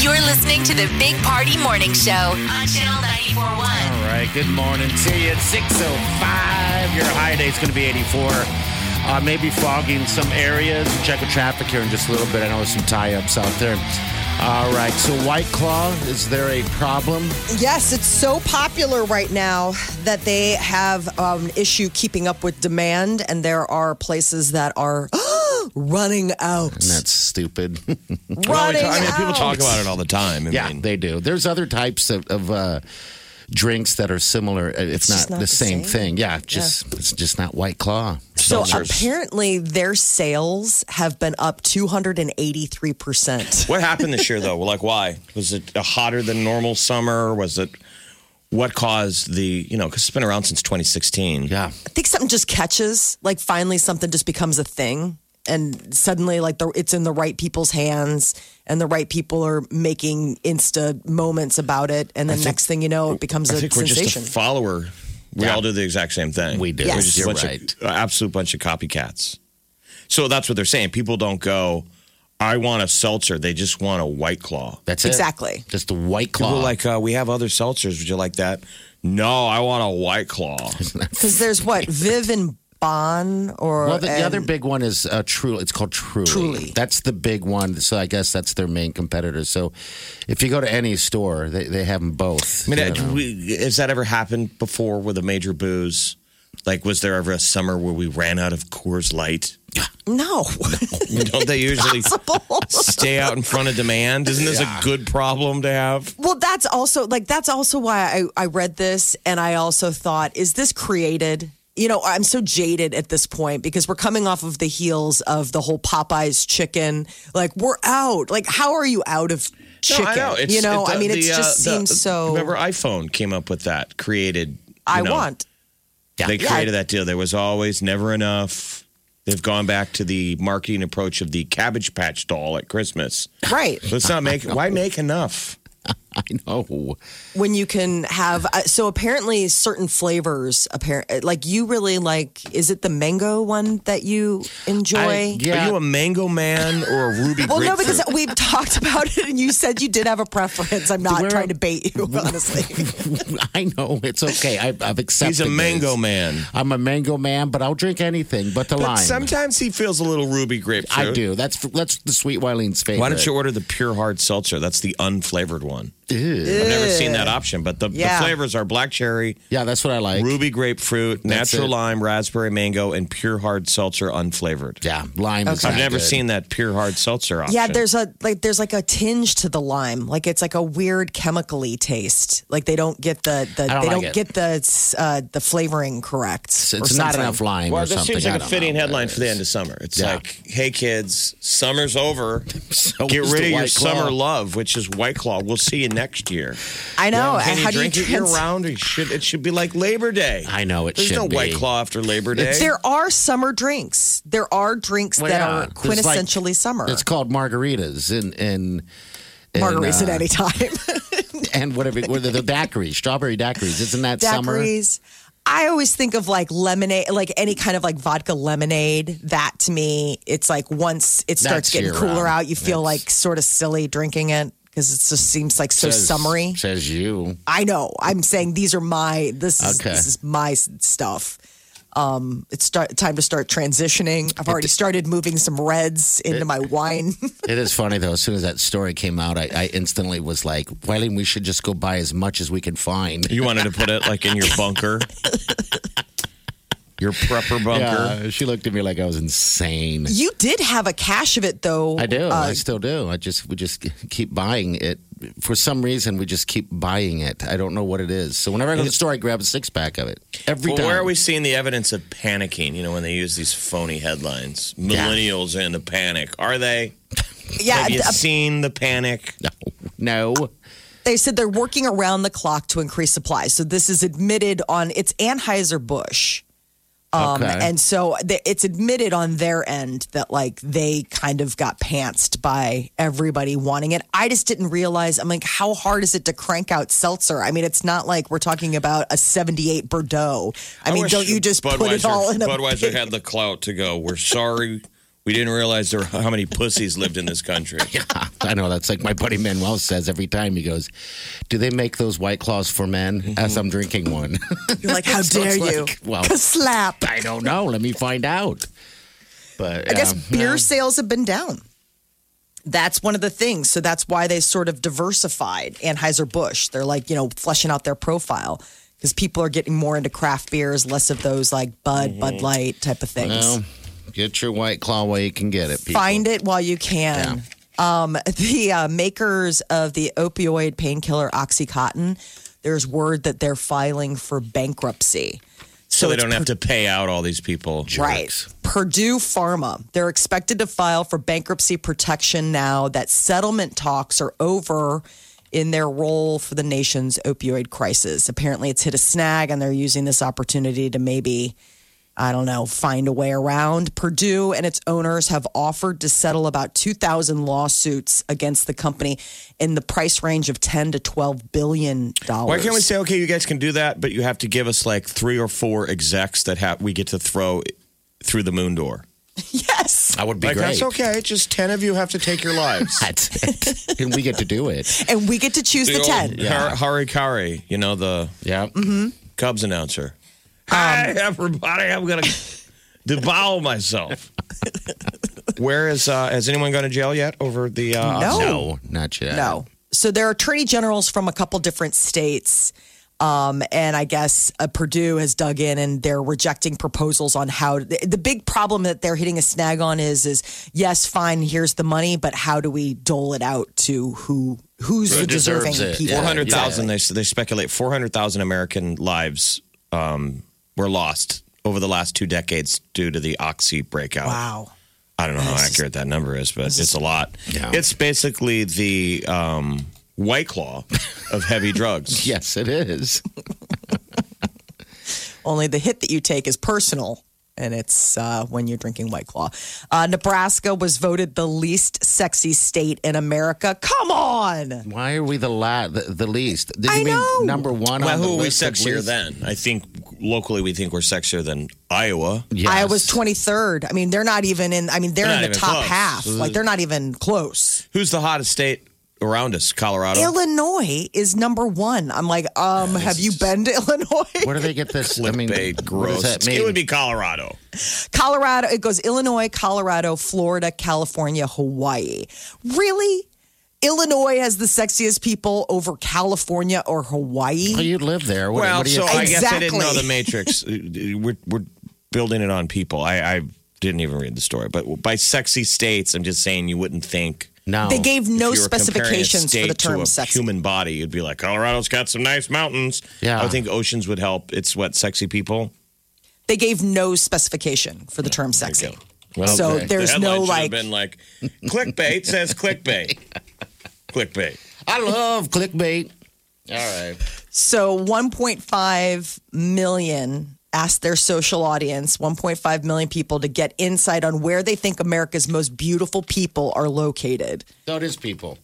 You're listening to the Big Party Morning Show on Channel 941. All right, good morning to you. It's 605. Your high day is going to be 84. Uh, maybe fogging some areas. Check the traffic here in just a little bit. I know there's some tie ups out there. All right, so White Claw, is there a problem? Yes, it's so popular right now that they have um, an issue keeping up with demand, and there are places that are running out. And that's stupid. running I mean, out. people talk about it all the time. I yeah, mean, they do. There's other types of, of uh, drinks that are similar, uh, if not, just not the, the same, same. thing. Yeah, just it's just not White Claw. so seltzers. apparently, their sales have been up 283%. what happened this year though? Like, why was it a hotter than normal summer? Was it what caused the you know? Because it's been around since 2016. Yeah, I think something just catches, like, finally, something just becomes a thing. And suddenly, like, the, it's in the right people's hands, and the right people are making Insta moments about it. And then next thing you know, it becomes a I think we're sensation. just a follower. We all do the exact same thing. We do. We're Yes. just You're a bunch right. of, uh, absolute bunch of copycats. So that's what they're saying. People don't go. I want a seltzer. They just want a White Claw. that's it. Exactly. Just the White Claw. People are like uh, we have other seltzers. Would you like that? No, I want a White Claw. Because there's what Viv and Bon, or Well, the, the and- other big one is uh, Truly. It's called Truly. Truly. That's the big one. So I guess that's their main competitor. So if you go to any store, they, they have them both. I mean, you uh, know. we, has that ever happened before with a major booze? Like, was there ever a summer where we ran out of Coors Light? no, Don't they usually stay out in front of demand? Isn't this a good problem to have? well, that's also like that's also why I I read this and I also thought, is this created? You know, I'm so jaded at this point because we're coming off of the heels of the whole Popeyes chicken. Like we're out. Like how are you out of chicken? No, I know. It's, you know, the- I mean, it the, just uh, the- seems so. Remember, iPhone came up with that, created. you I know, want. They Yeah. created that deal. There was always never enough. They've gone back to the marketing approach of the Cabbage Patch doll at Christmas. Right. Let's not Oh make. Why make enough? I know. when you can have uh, so apparently certain flavors apparent like you really like is it the mango one that you enjoy I- yeah. Are you a mango man or a ruby? well no grapefruit? because we've talked about it and you said you did have a preference i'm not We're- trying to bait you honestly I know. It's okay. I, I've accepted He's a mango this. man. I'm a mango man, but I'll drink anything but the But lime. sometimes he feels a little ruby grapefruit. I do. That's that's the sweet Wileen's favorite. Why don't you order the pure hard seltzer? That's the unflavored one. I've never seen that option, but the, Yeah. the flavors are black cherry, Yeah, that's what I like. ruby grapefruit, That's natural it. lime, raspberry mango, and pure hard seltzer unflavored. Yeah, lime. Is Okay. I've not never good. seen that pure hard seltzer option. yeah there's a like there's like a tinge to the lime like it's like a weird chemically taste like they don't get the, the I don't they like don't it. get the uh, the flavoring correct It's, or it's not something. enough lime. Well, or this something. seems I like a don't fitting know what headline it for the is. end of summer. It's Yeah. like, hey kids, summer's over. So Get is rid the of your White Claw. summer love, which is White Claw. We'll see you next year. i know Can you Oh, how drink do you it year trans- round? It should, it should be like Labor Day. I know, it There's should no White be. Claw after Labor Day. There are summer drinks. There are drinks Well, that yeah. are There's like- quintessentially summer. It's called margaritas and and. and, Margaritas uh, at any time. and whatever what are the daiquiris, strawberry daiquiris. Isn't that summer? Daiquiris. I always think of like lemonade, like any kind of like vodka lemonade. That to me, it's like once it starts That's getting year cooler round. out, you feel like sort of silly drinking it because it just seems like so Says- summery. Says you. I know. I'm saying these are my this is Okay. this is my s- stuff. Um, it's start, time to start transitioning. I've already started moving some reds into my wine. It is funny though. As soon as that story came out, I, I instantly was like, "Wiley, we should just go buy as much as we can find." You wanted to put it like in your bunker. Your prepper bunker. Yeah, she looked at me like I was insane. You did have a cache of it, though. I do. Uh, I still do. I just we just keep buying it. For some reason, we just keep buying it. I don't know what it is. So whenever I go to the store, I grab a six pack of it every Well, time. where are we seeing the evidence of panicking? You know, when they use these phony headlines, millennials in a panic. Are they? yeah, Have you th- seen the panic? No, they said they're working around the clock to increase supply. So this is admitted on it's Anheuser Busch. Um, Okay. And so th- it's admitted on their end that like they kind of got pantsed by everybody wanting it. I just didn't realize. I'm like, how hard is it to crank out seltzer? I mean, it's not like we're talking about a 78 Bordeaux. I, mean, wish don't you just Budweiser, put it all in a Budweiser had the clout to go. We're sorry, we didn't realize there were how many pussies lived in this country. I know. That's like my buddy Manuel says every time. He goes, "Do they make those white claws for men?" Mm-hmm. As I'm drinking one, You're like, how So dare it's you? like, well- slap. I don't know. Let me find out. But um, I guess yeah, beer no. sales have been down. That's one of the things. So that's why they sort of diversified Anheuser Busch. They're like, you know, fleshing out their profile because people are getting more into craft beers, less of those like Bud, Bud Light type of things. Mm-hmm. Well, get your white claw while you can get it. People. Find it while you can. Um, the uh, makers of the opioid painkiller OxyContin, there's word that they're filing for bankruptcy. so they it's don't have to pay out all these people. Right. Purdue Pharma. They're expected to file for bankruptcy protection now that settlement talks are over in their role for the nation's opioid crisis. Apparently, it's hit a snag, and they're using this opportunity to maybe. I don't know, find a way around. Purdue and its owners have offered to settle about 2,000 lawsuits against the company in the price range of 10 to 12 billion dollars. Why can't we say, okay, you guys can do that, but you have to give us like three or four execs that have we get to throw through the moon door? yes? I would be like great. that's okay. Just ten of you have to take your lives. That's it. and we get to do it. And we get to choose the, old 10. Har- Hari Kari, you know the Yeah. Mm-hmm. Cubs announcer. Hi, everybody. I'm gonna devour myself. Where is uh, has anyone gone to jail yet over the? Uh, No. No, not yet. No. So there are attorney generals from a couple different states. Um, and I guess uh, Purdue has dug in and they're rejecting proposals on how the, the big problem that they're hitting a snag on is is yes, fine, here's the money, but how do we dole it out to who who's Who the deserving deserves it, people? Four yeah. hundred thousand. They they speculate four hundred thousand American lives um, were lost over the last two decades due to the oxy breakout. Wow. I don't know how accurate that number is, but it's a lot. Yeah. It's basically the um, white claw of heavy drugs. Yes, it is. Only the hit that you take is personal, and it's uh, when you're drinking White Claw. Uh, Nebraska was voted the least sexy state in America. Come on. Why are we the la- the, the least? Did I you mean know. number one Well, on the who are we list of sexier least? than? I think locally we think we're sexier than Iowa. Yes. Iowa's 23rd. I mean, they're not even in, I mean, they're, They're in not the even top close. half. Like, they're not even close. Who's the hottest state around us? Colorado. Illinois is number one. I'm like, um, have you been to Illinois? Where do they get this? I mean, Clickbait, What gross. does that mean? It would be Colorado. Colorado, it goes Illinois, Colorado, Florida, California, Hawaii. Really? Illinois has the sexiest people over California or Well, Hawaii? you live there. What, well, what do you so I think? guess I didn't know Exactly. the Matrix. Uh, we're, we're building it on people. I, I didn't even read the story, but by sexy states, I'm just saying you wouldn't think. no. They gave no if you were comparing a specifications for the state to term a sexy. Human body, you'd be like, Colorado's got some nice mountains. Yeah. I would think oceans would help. It's what sexy people. They gave no specification for the term sexy. Well, so okay. there's the no headline should like have been like, clickbait says clickbait, clickbait. I love clickbait. All right. So 1.5 million asked their social audience, 1.5 million people to get insight on where they think America's most beautiful people are located. So it is people.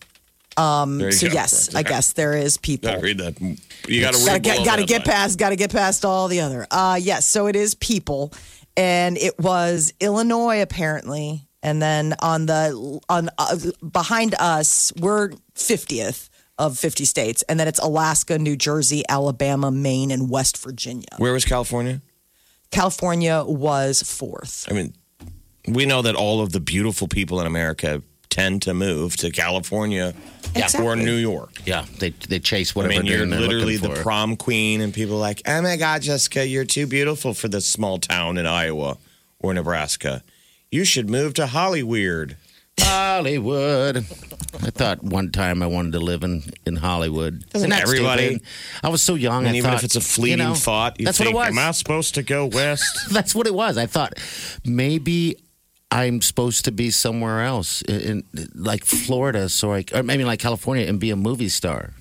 There you So go. yes, I guess there is people. Gotta read that. You gotta Gotta read. get, below gotta that get line. past, gotta get past all the other. Uh, yes, so it is people, and it was Illinois apparently, and then on the on uh, behind us we're fiftieth of fifty states, and then it's Alaska, New Jersey, Alabama, Maine, and West Virginia. Where was California? California was fourth. I mean, we know that all of the beautiful people in America tend to move to California or Exactly. New York. Yeah, they they chase I whatever. mean, you're they're literally the looking for. prom queen, and people are like, oh my God, Jessica, you're too beautiful for this small town in Iowa or Nebraska. You should move to Hollyweird. Hollywood. I thought one time I wanted to live in, in Hollywood. Isn't Doesn't that everybody? stupid? I was so young. And I even thought, if it's a fleeting you know, thought, you that's think, what it was. am I supposed to go west? that's what it was. I thought maybe I'm supposed to be somewhere else, in, in like Florida, so I or maybe like California, and be a movie star.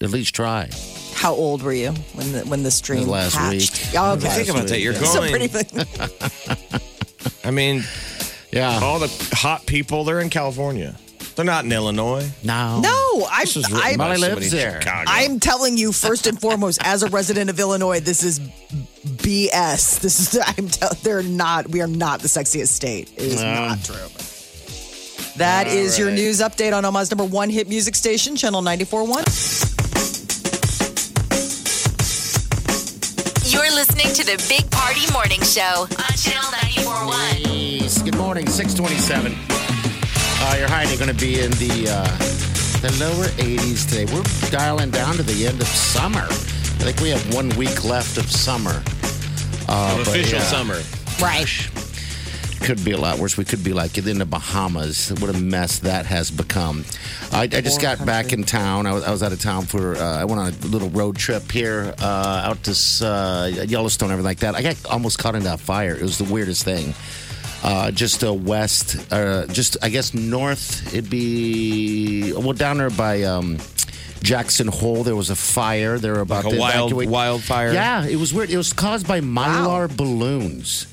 At least try. How old were you when the, when this dream Last hatched? week. Oh, But okay. think about that. You're So going. pretty much- I mean, Yeah. all the hot people, they're in California. They're not in Illinois. No. No, I'm, This is written I'm, by Molly somebody lives in there. Chicago. I'm telling you first and foremost, as a resident of Illinois, this is BS. This is I'm tell, they're not. We are not the sexiest state. It is not true. That is your news update on Omaha's number one hit music station, Channel 94.1. You're listening to the Big Party Morning Show on Channel 941. Yes. Good morning, 627. Uh, your high is going to be in the uh, the lower 80s today. We're dialing down to the end of summer. I think we have one week left of summer. Uh, but Official yeah, summer. Right. Could be a lot worse. We could be like in the Bahamas. What a mess that has become. I, I just got back in town. I was, I was out of town for, uh, I went on a little road trip here uh, out to uh, Yellowstone, everything like that. I got almost caught in that fire. It was the weirdest thing. uh, just uh, west, uh, just I guess north. It'd be well down there by um, Jackson Hole. There was a fire. They were about Like a to wild- evacuate. wildfire? Yeah, it was weird. It was caused by mylar balloons.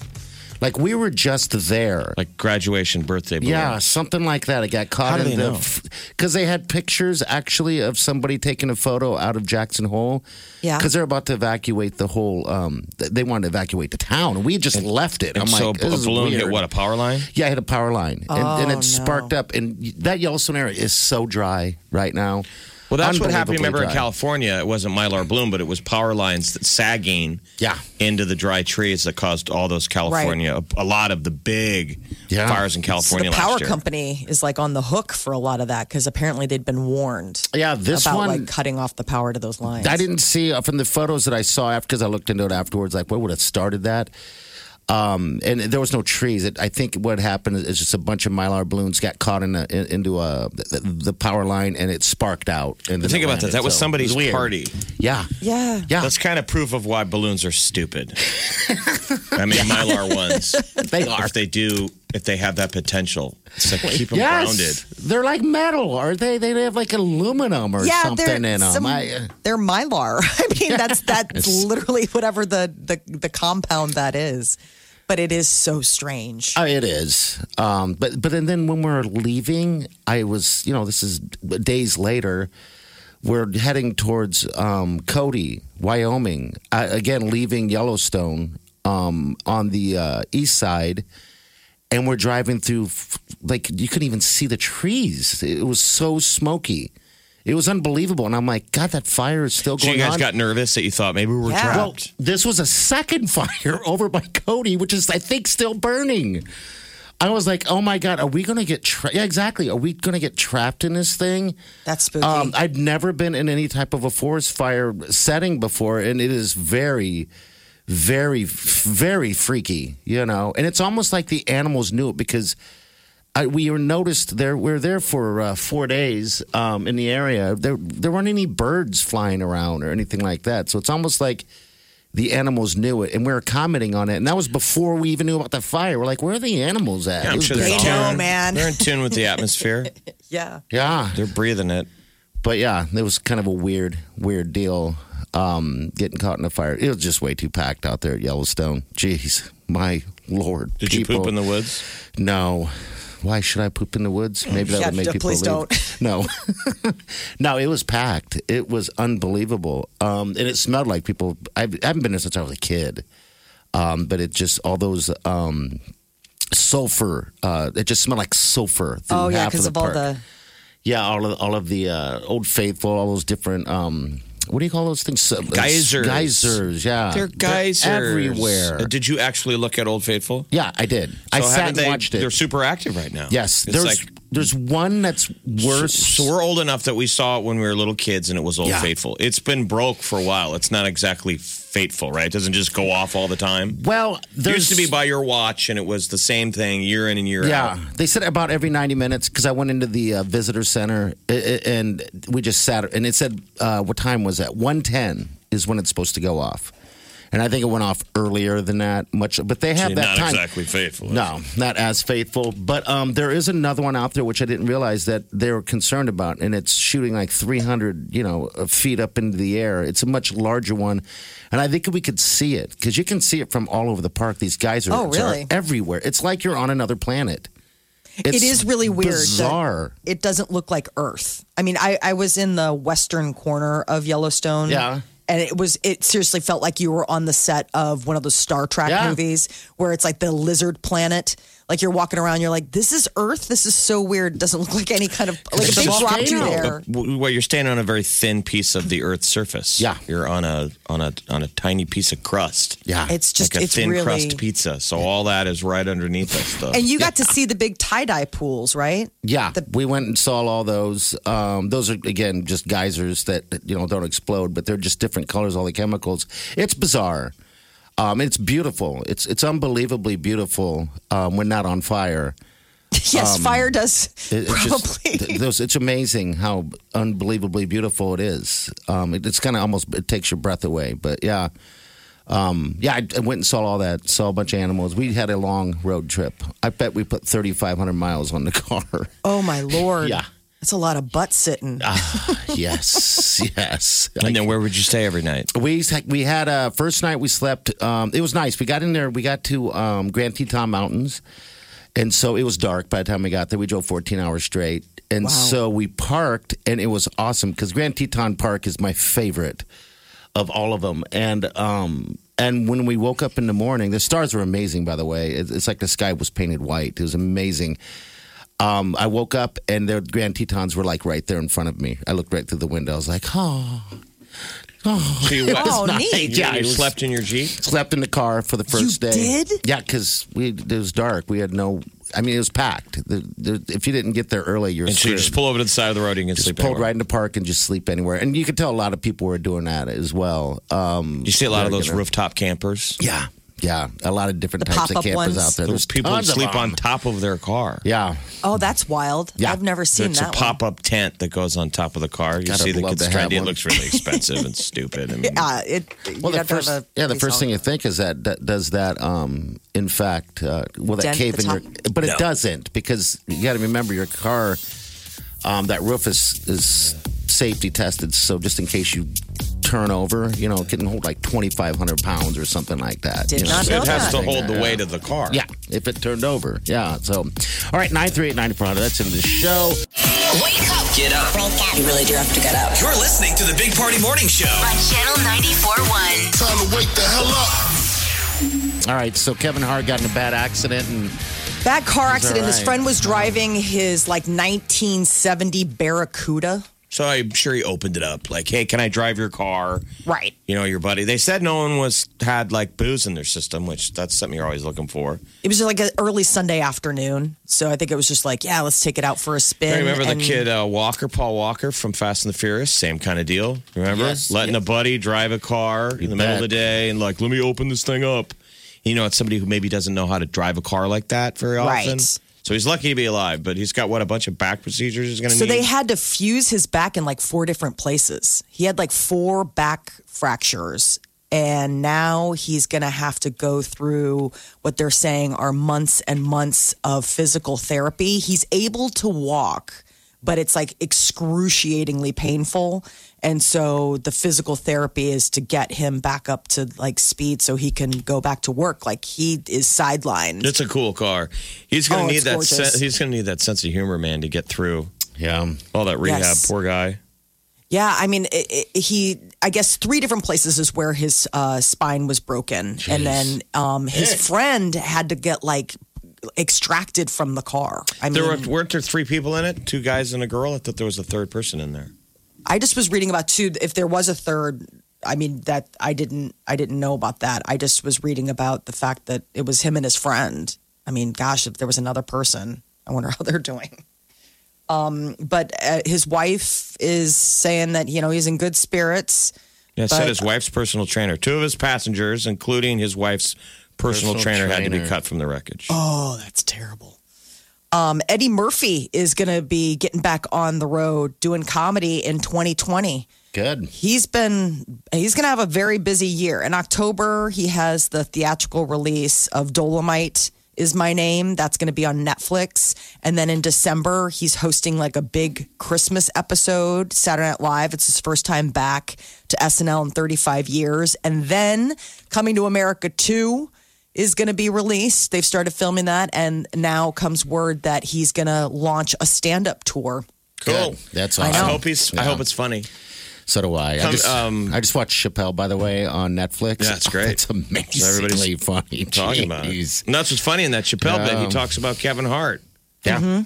Like we were just there. Like graduation, birthday. balloon. Yeah, something like that. It got caught How do in they the know? because they had pictures actually of somebody taking a photo out of Jackson Hole. Yeah. because they're about to evacuate the whole. Um, th- they wanted to evacuate the town, and we just left it. And I'm so like, a this is balloon hit weird. what, a power line? Yeah, I hit a power line, and, and Oh, it sparked no. up. And that Yellowstone area is so dry right now. Well, that's what happened. Unbelievably Remember in dry. California, it wasn't mylar bloom, but it was power lines that sagging Yeah. into the dry trees that caused all those California, a lot of the big Yeah. fires in So California the power last year. company is like on the hook for a lot of that because apparently they'd been warned Yeah, this about one. like cutting off the power to those lines. I didn't see uh, from the photos that I saw after because I looked into it afterwards. Like, what would have started that? Um, and there was no trees. It, I think what happened is just a bunch of mylar balloons got caught in a, in, into a the, the power line and it sparked out. And then Think it about that. landed. That was So, it somebody's was weird. party. Yeah, Yeah. yeah. That's kind of proof of why balloons are stupid. I mean, mylar ones. They are. If they do, if they have that potential, it's like keep them yes, grounded. they're like metal, are they? They have like aluminum or yeah, something in uh, they're them. some- I, they're mylar. I mean, that's that's literally whatever the, the the compound that is. But it is so strange. Uh, it is, um, but but and then when we were leaving, I was you know this is days later. We're heading towards um, Cody, Wyoming. I, again, leaving Yellowstone um, on the uh, east side, and we're driving through f- like you couldn't even see the trees. It was so smoky. It was unbelievable, and I'm like, God, that fire is still So going you guys on. got nervous that you thought maybe we were Yeah. Well, trapped. this was a second fire over by Cody, which is, I think, still burning. I was like, oh my God, are we going to get trapped? Yeah, exactly. Are we going to get trapped in this thing? That's spooky. Um, I've never been in any type of a forest fire setting before, and it is very, very, very freaky, you know? And it's almost like the animals knew it because. I, we were noticed there. We were there for uh, four days um, in the area. There, there weren't any birds flying around or anything like that. So it's almost like the animals knew it, and we were commenting on it. And that was before we even knew about the fire. We're like, where are the animals at? Yeah, I'm It was sure they're in They know, tune. man. They're in tune with the atmosphere. yeah. Yeah, They're breathing it. but yeah, it was kind of a weird, weird deal. Um, getting caught in a fire. It was just way too packed out there at Yellowstone. Jeez, my lord. Did you poop in the woods? No. Why should I poop in the woods? Maybe that Yeah, would make d- people please leave. don't. No, no, it was packed. It was unbelievable, um, and it smelled like people. I've, I haven't been there since I was a kid, um, but it just all those um, sulfur. Uh, it just smelled like sulfur. through Oh yeah, half because the of all park. the Yeah, all of all of the uh, old faithful, all those different. Um, what do you call those things? Uh, Geysers. Geysers. Yeah, Uh, They're geysers everywhere. Uh, Did you actually look at Old Faithful? yeah, I did. I So sat haven't and they- watched it. They're super active right now. Yes, it's there's like There's one that's worse. So we're old enough that we saw it when we were little kids, and it was Old Yeah. Faithful. It's been broke for a while. It's not exactly faithful, right? It doesn't just go off all the time. well, It there's used to be by your watch, and it was the same thing year in and year Yeah, out. they said about every 90 minutes because I went into the uh, visitor center i- i- and we just sat and it said uh, what time was that? 110 is when it's supposed to go off. And I think it went off earlier than that much but they have You're that not time. exactly faithful. No, not as faithful, but um, there is another one out there which I didn't realize that they were concerned about and it's shooting like 300, you know, uh, feet up into the air. It's a much larger one and I think we could see it cuz you can see it from all over the park. These guys are, Oh, really? are everywhere. It's like you're on another planet. It's it is really weird. that Bizarre. It doesn't look like Earth. I mean, I, I was in the western corner of Yellowstone. Yeah. And it was, it seriously felt like you were on the set of one of those Star Trek Yeah. movies where it's like the lizard planet. Like you're walking around, you're like, this is Earth. This is so weird. It doesn't look like any kind of, like if It's a they dropped you volcano. there. W- Well, you're standing on a very thin piece of the Earth's surface. Yeah. you're on a on a on a tiny piece of crust. Yeah. It's just, like a it's thin really. crust pizza. So all that is right underneath us, though. And you got to see the big tie dye pools, right? Yeah, we went and saw all those. Um, those are again just geysers that that, you know don't explode, but they're just different colors, all the chemicals. It's bizarre. Um, it's beautiful. It's it's unbelievably beautiful um, when not on fire. Yes, fire does Um, It- it's probably. just- th- those, it's amazing how unbelievably beautiful it is. Um, it, it's kind of almost it takes your breath away. But yeah, um, yeah, I, I went and saw all that. Saw a bunch of animals. We had a long road trip. I bet we put thirty five hundred miles on the car. oh my lord. Yeah. Ah. That's a lot of butt sitting. yes, yes. and then where would you stay every night? We we had uh, first night we slept. Um, it was nice. We got in there. We got to um, Grand Teton Mountains, and so it was dark by the time we got there. We drove 14 hours straight, and so we parked, and it was awesome because Grand Teton Park is my favorite of all of them. And um, and when we woke up in the morning, the stars were amazing. By the way, it's, it's like the sky was painted white. It was amazing. Um, I woke up and the Grand Tetons were like right there in front of me. I looked right through the window. I was like, oh, So you, Oh, not- neat. Yeah, you it was- slept in your jeep. slept in the car for the first You day. did? Yeah, because we it was dark. We had no. I mean, it was packed. The, the, if you didn't get there early, you're And so screwed. you just pull over to the side of the road and you can Just sleep pulled anywhere. right in the park and just sleep anywhere. And you could tell a lot of people were doing that as well. Um, You see a lot of They're those gonna- rooftop campers. yeah, yeah, a lot of different types of pop-up campers ones? out there. Those There's people tons of sleep on them. top of their car. Yeah, Oh, that's wild. Yeah. I've never seen it's a that. pop up tent that goes on top of the car. You God, see I'd the love kids to trying have to. It one. looks really expensive and stupid. I mean, one. Uh, it, Well, you'd the have to first, have a yeah, the police first thing you helmet. think is that, that does that, um, in fact, uh, will that Dent cave the in your, top? but it doesn't because you got to remember your car, um, that roof is, is safety tested. So just in case you turn over, you know, it can hold like 2,500 pounds or something like that. Did you know? not know it has to that. hold the weight of the car. Yeah, if it turned over. Yeah. So, all right, 938 That's into the show. Wake up Get up. You really do have to get up. You're listening to the Big Party Morning Show. on Channel 94.1. Time to wake the hell up. All right. So Kevin Hart got in a bad accident and That car He's accident, his alright. friend was driving his like 1970 Barracuda. So I'm sure he opened it up like, "Hey, can I drive your car?" Right. You know, your buddy. They said no one was had like booze in their system, which that's something you're always looking for. It was like an early Sunday afternoon. So I think it was just like, yeah, let's take it out for a spin. I remember and- the kid uh, Walker, Paul Walker from Fast and the Furious. Same kind of deal. Remember Yes, letting a buddy drive a car in the middle of the bet. day and like, let me open this thing up. You know, it's somebody who maybe doesn't know how to drive a car like that very Right. often. So he's lucky to be alive, but he's got what a bunch of back procedures he's going to So need. they had to fuse his back in like four different places. He had like four back fractures. And now he's going to have to go through what they're saying are months and months of physical therapy. He's able to walk, but it's like excruciatingly painful. And so the physical therapy is to get him back up to like speed so he can go back to work. Like he is sidelined. it's a cool car. He's going to Oh, need it's that. gorgeous. sen- he's going to need that sense of humor, man, to get through yeah. all that rehab. Yes. Poor guy. Yeah, I mean, it, it, he. I guess three different places is where his uh, spine was broken, and then um, his friend had to get like extracted from the car. I mean, There Mm-hmm. were, weren't there three people in it? Two guys and a girl. I thought there was a third person in there. I just was reading about two. If there was a third, I mean, that I didn't. I didn't know about that. I just was reading about the fact that it was him and his friend. I mean, gosh, if there was another person, I wonder how they're doing. Um, but uh, his wife is saying that you know he's in good spirits. Yeah, it said But- his wife's personal trainer. Two of his passengers, including his wife's personal, Personal trainer, had to be trainer. cut from the wreckage. Oh, that's terrible. Um, Eddie Murphy is going to be getting back on the road doing comedy in 2020. Good. He's been he's going to have a very busy year. In October, he has the theatrical release of Dolomite is my name. That's going to be on Netflix. And then in December, he's hosting like a big Christmas episode, Saturday Night Live. It's his first time back to SNL in 35 years. And then coming to America 2 is going to be released. They've started filming that, and now comes word that he's going to launch a stand-up tour. Cool. Good. That's I, awesome. hope he's. I Yeah. hope it's funny. So do I. I Come- just, um, I just watched Chappelle, by the way, on Netflix. Yeah, it's great. It's amazingly Everybody's funny. Talking about it. Jeez. And that's what's funny in that Chappelle bit. He Yeah. talks about Kevin Hart Yeah.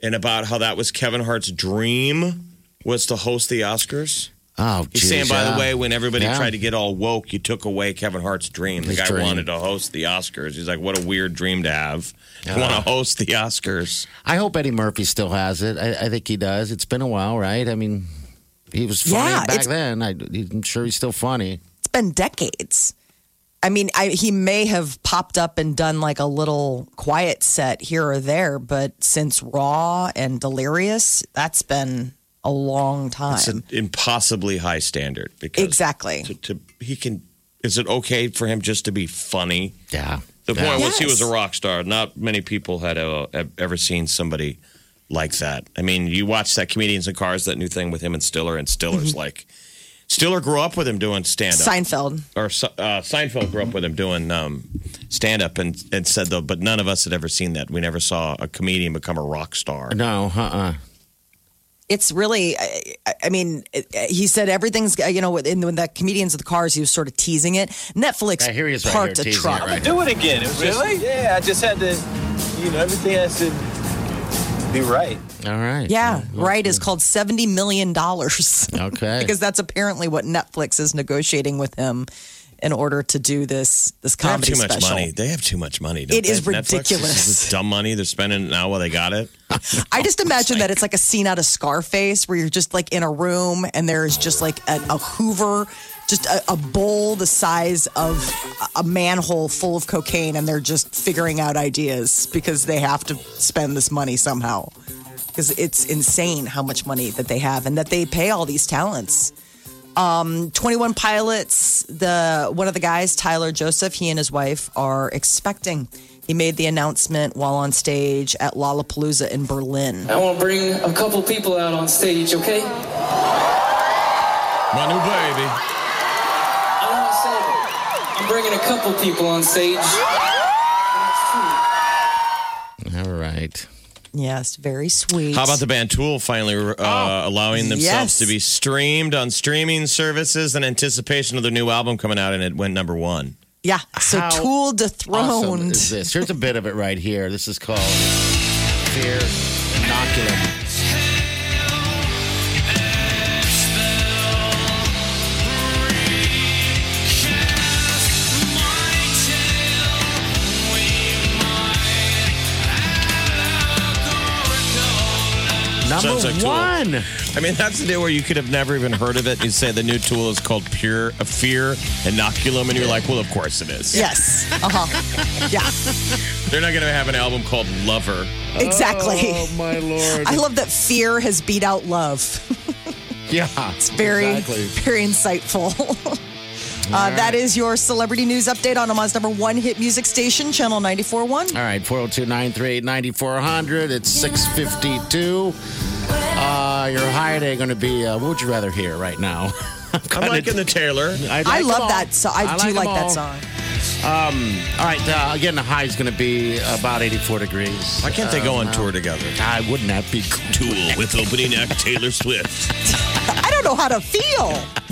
and about how that was Kevin Hart's dream was to host the Oscars. Oh, He's geez, saying, by yeah. the way, when everybody Yeah. tried to get all woke, you took away Kevin Hart's dream. The His guy dream. wanted to host the Oscars. He's like, what a weird dream to have. I want to host the Oscars. I hope Eddie Murphy still has it. I, I think he does. It's been a while, right? I mean, he was funny Yeah, back it's- then. I, I'm sure he's still funny. It's been decades. I mean, I, he may have popped up and done like a little quiet set here or there, but since Raw and Delirious, that's been a long time. It's an impossibly high standard because exactly. to, to he can. Is it okay for him just to be funny? Yeah. The Yeah. point was he Yes. was a rock star. Not many people had uh, have ever seen somebody like that. I mean, you watch that comedians in cars, that new thing with him and Stiller, and Stiller's Mm-hmm. like Stiller grew up with him doing stand up, Seinfeld. or uh, Seinfeld grew up with him doing um, stand up, and and said though, but none of us had ever seen that. We never saw a comedian become a rock star. No, uh uh it's really I, I- I mean it- uh, he said everything's you know in when that comedians of the cars he was sort of teasing it netflix I hear he's right parked here a teasing truck it right now. do it again. It was really? yeah, I just had to, you know, everything has to be right. All right. yeah Well, right is called 70 million dollars Okay. because that's apparently what netflix is negotiating with him in order to do this this They have comedy too much special money. They have too much money. don't It they? is Netflix, ridiculous. This is dumb money they're spending now while they got it. i just Oh, imagine that it's like a scene out of scarface where you're just like in a room and there's just like a, a hoover just a, a bowl the size of a a manhole full of cocaine and they're just figuring out ideas because they have to spend this money somehow because it's insane how much money that they have and that they pay all these talents um, 21 pilots the one of the guys tyler joseph he and his wife are expecting he made the announcement while on stage at lollapalooza in berlin I want to bring a couple people out on stage, okay? I My new baby. don't want to say it. I'm bringing a couple people on stage. That's true. All right. yes very sweet How about the band Tool finally uh, allowing themselves Oh, yes. to be streamed on streaming services in anticipation of their new album coming out, and it went number one. yeah so How tool Awesome dethroned is this? Here's a bit of it right here. This is called Fear Inoculum. Number Sounds like Tool. one. I mean, that's the day where you could have never even heard of it. You say the new Tool is called Pure uh, Fear Inoculum, and you're like, well, of course it is. yes uh-huh yeah They're not going to have an album called Lover. exactly Oh, my lord. i love that fear has beat out love yeah. It's very, Exactly. very insightful. Uh, That is your celebrity news update on Omaha's number one hit music station, Channel 94.1. All right, 402-938-9400. It's 652. Uh, your high day going to be, uh, what would you rather hear right now? I'm liking the Taylor. I love that song. I, do like that song. song. All right, uh, again, the high is going to be about 84 degrees. Why can't they go on tour together? I wouldn't that be cool? Tool with opening act Taylor Swift. I don't know how to feel.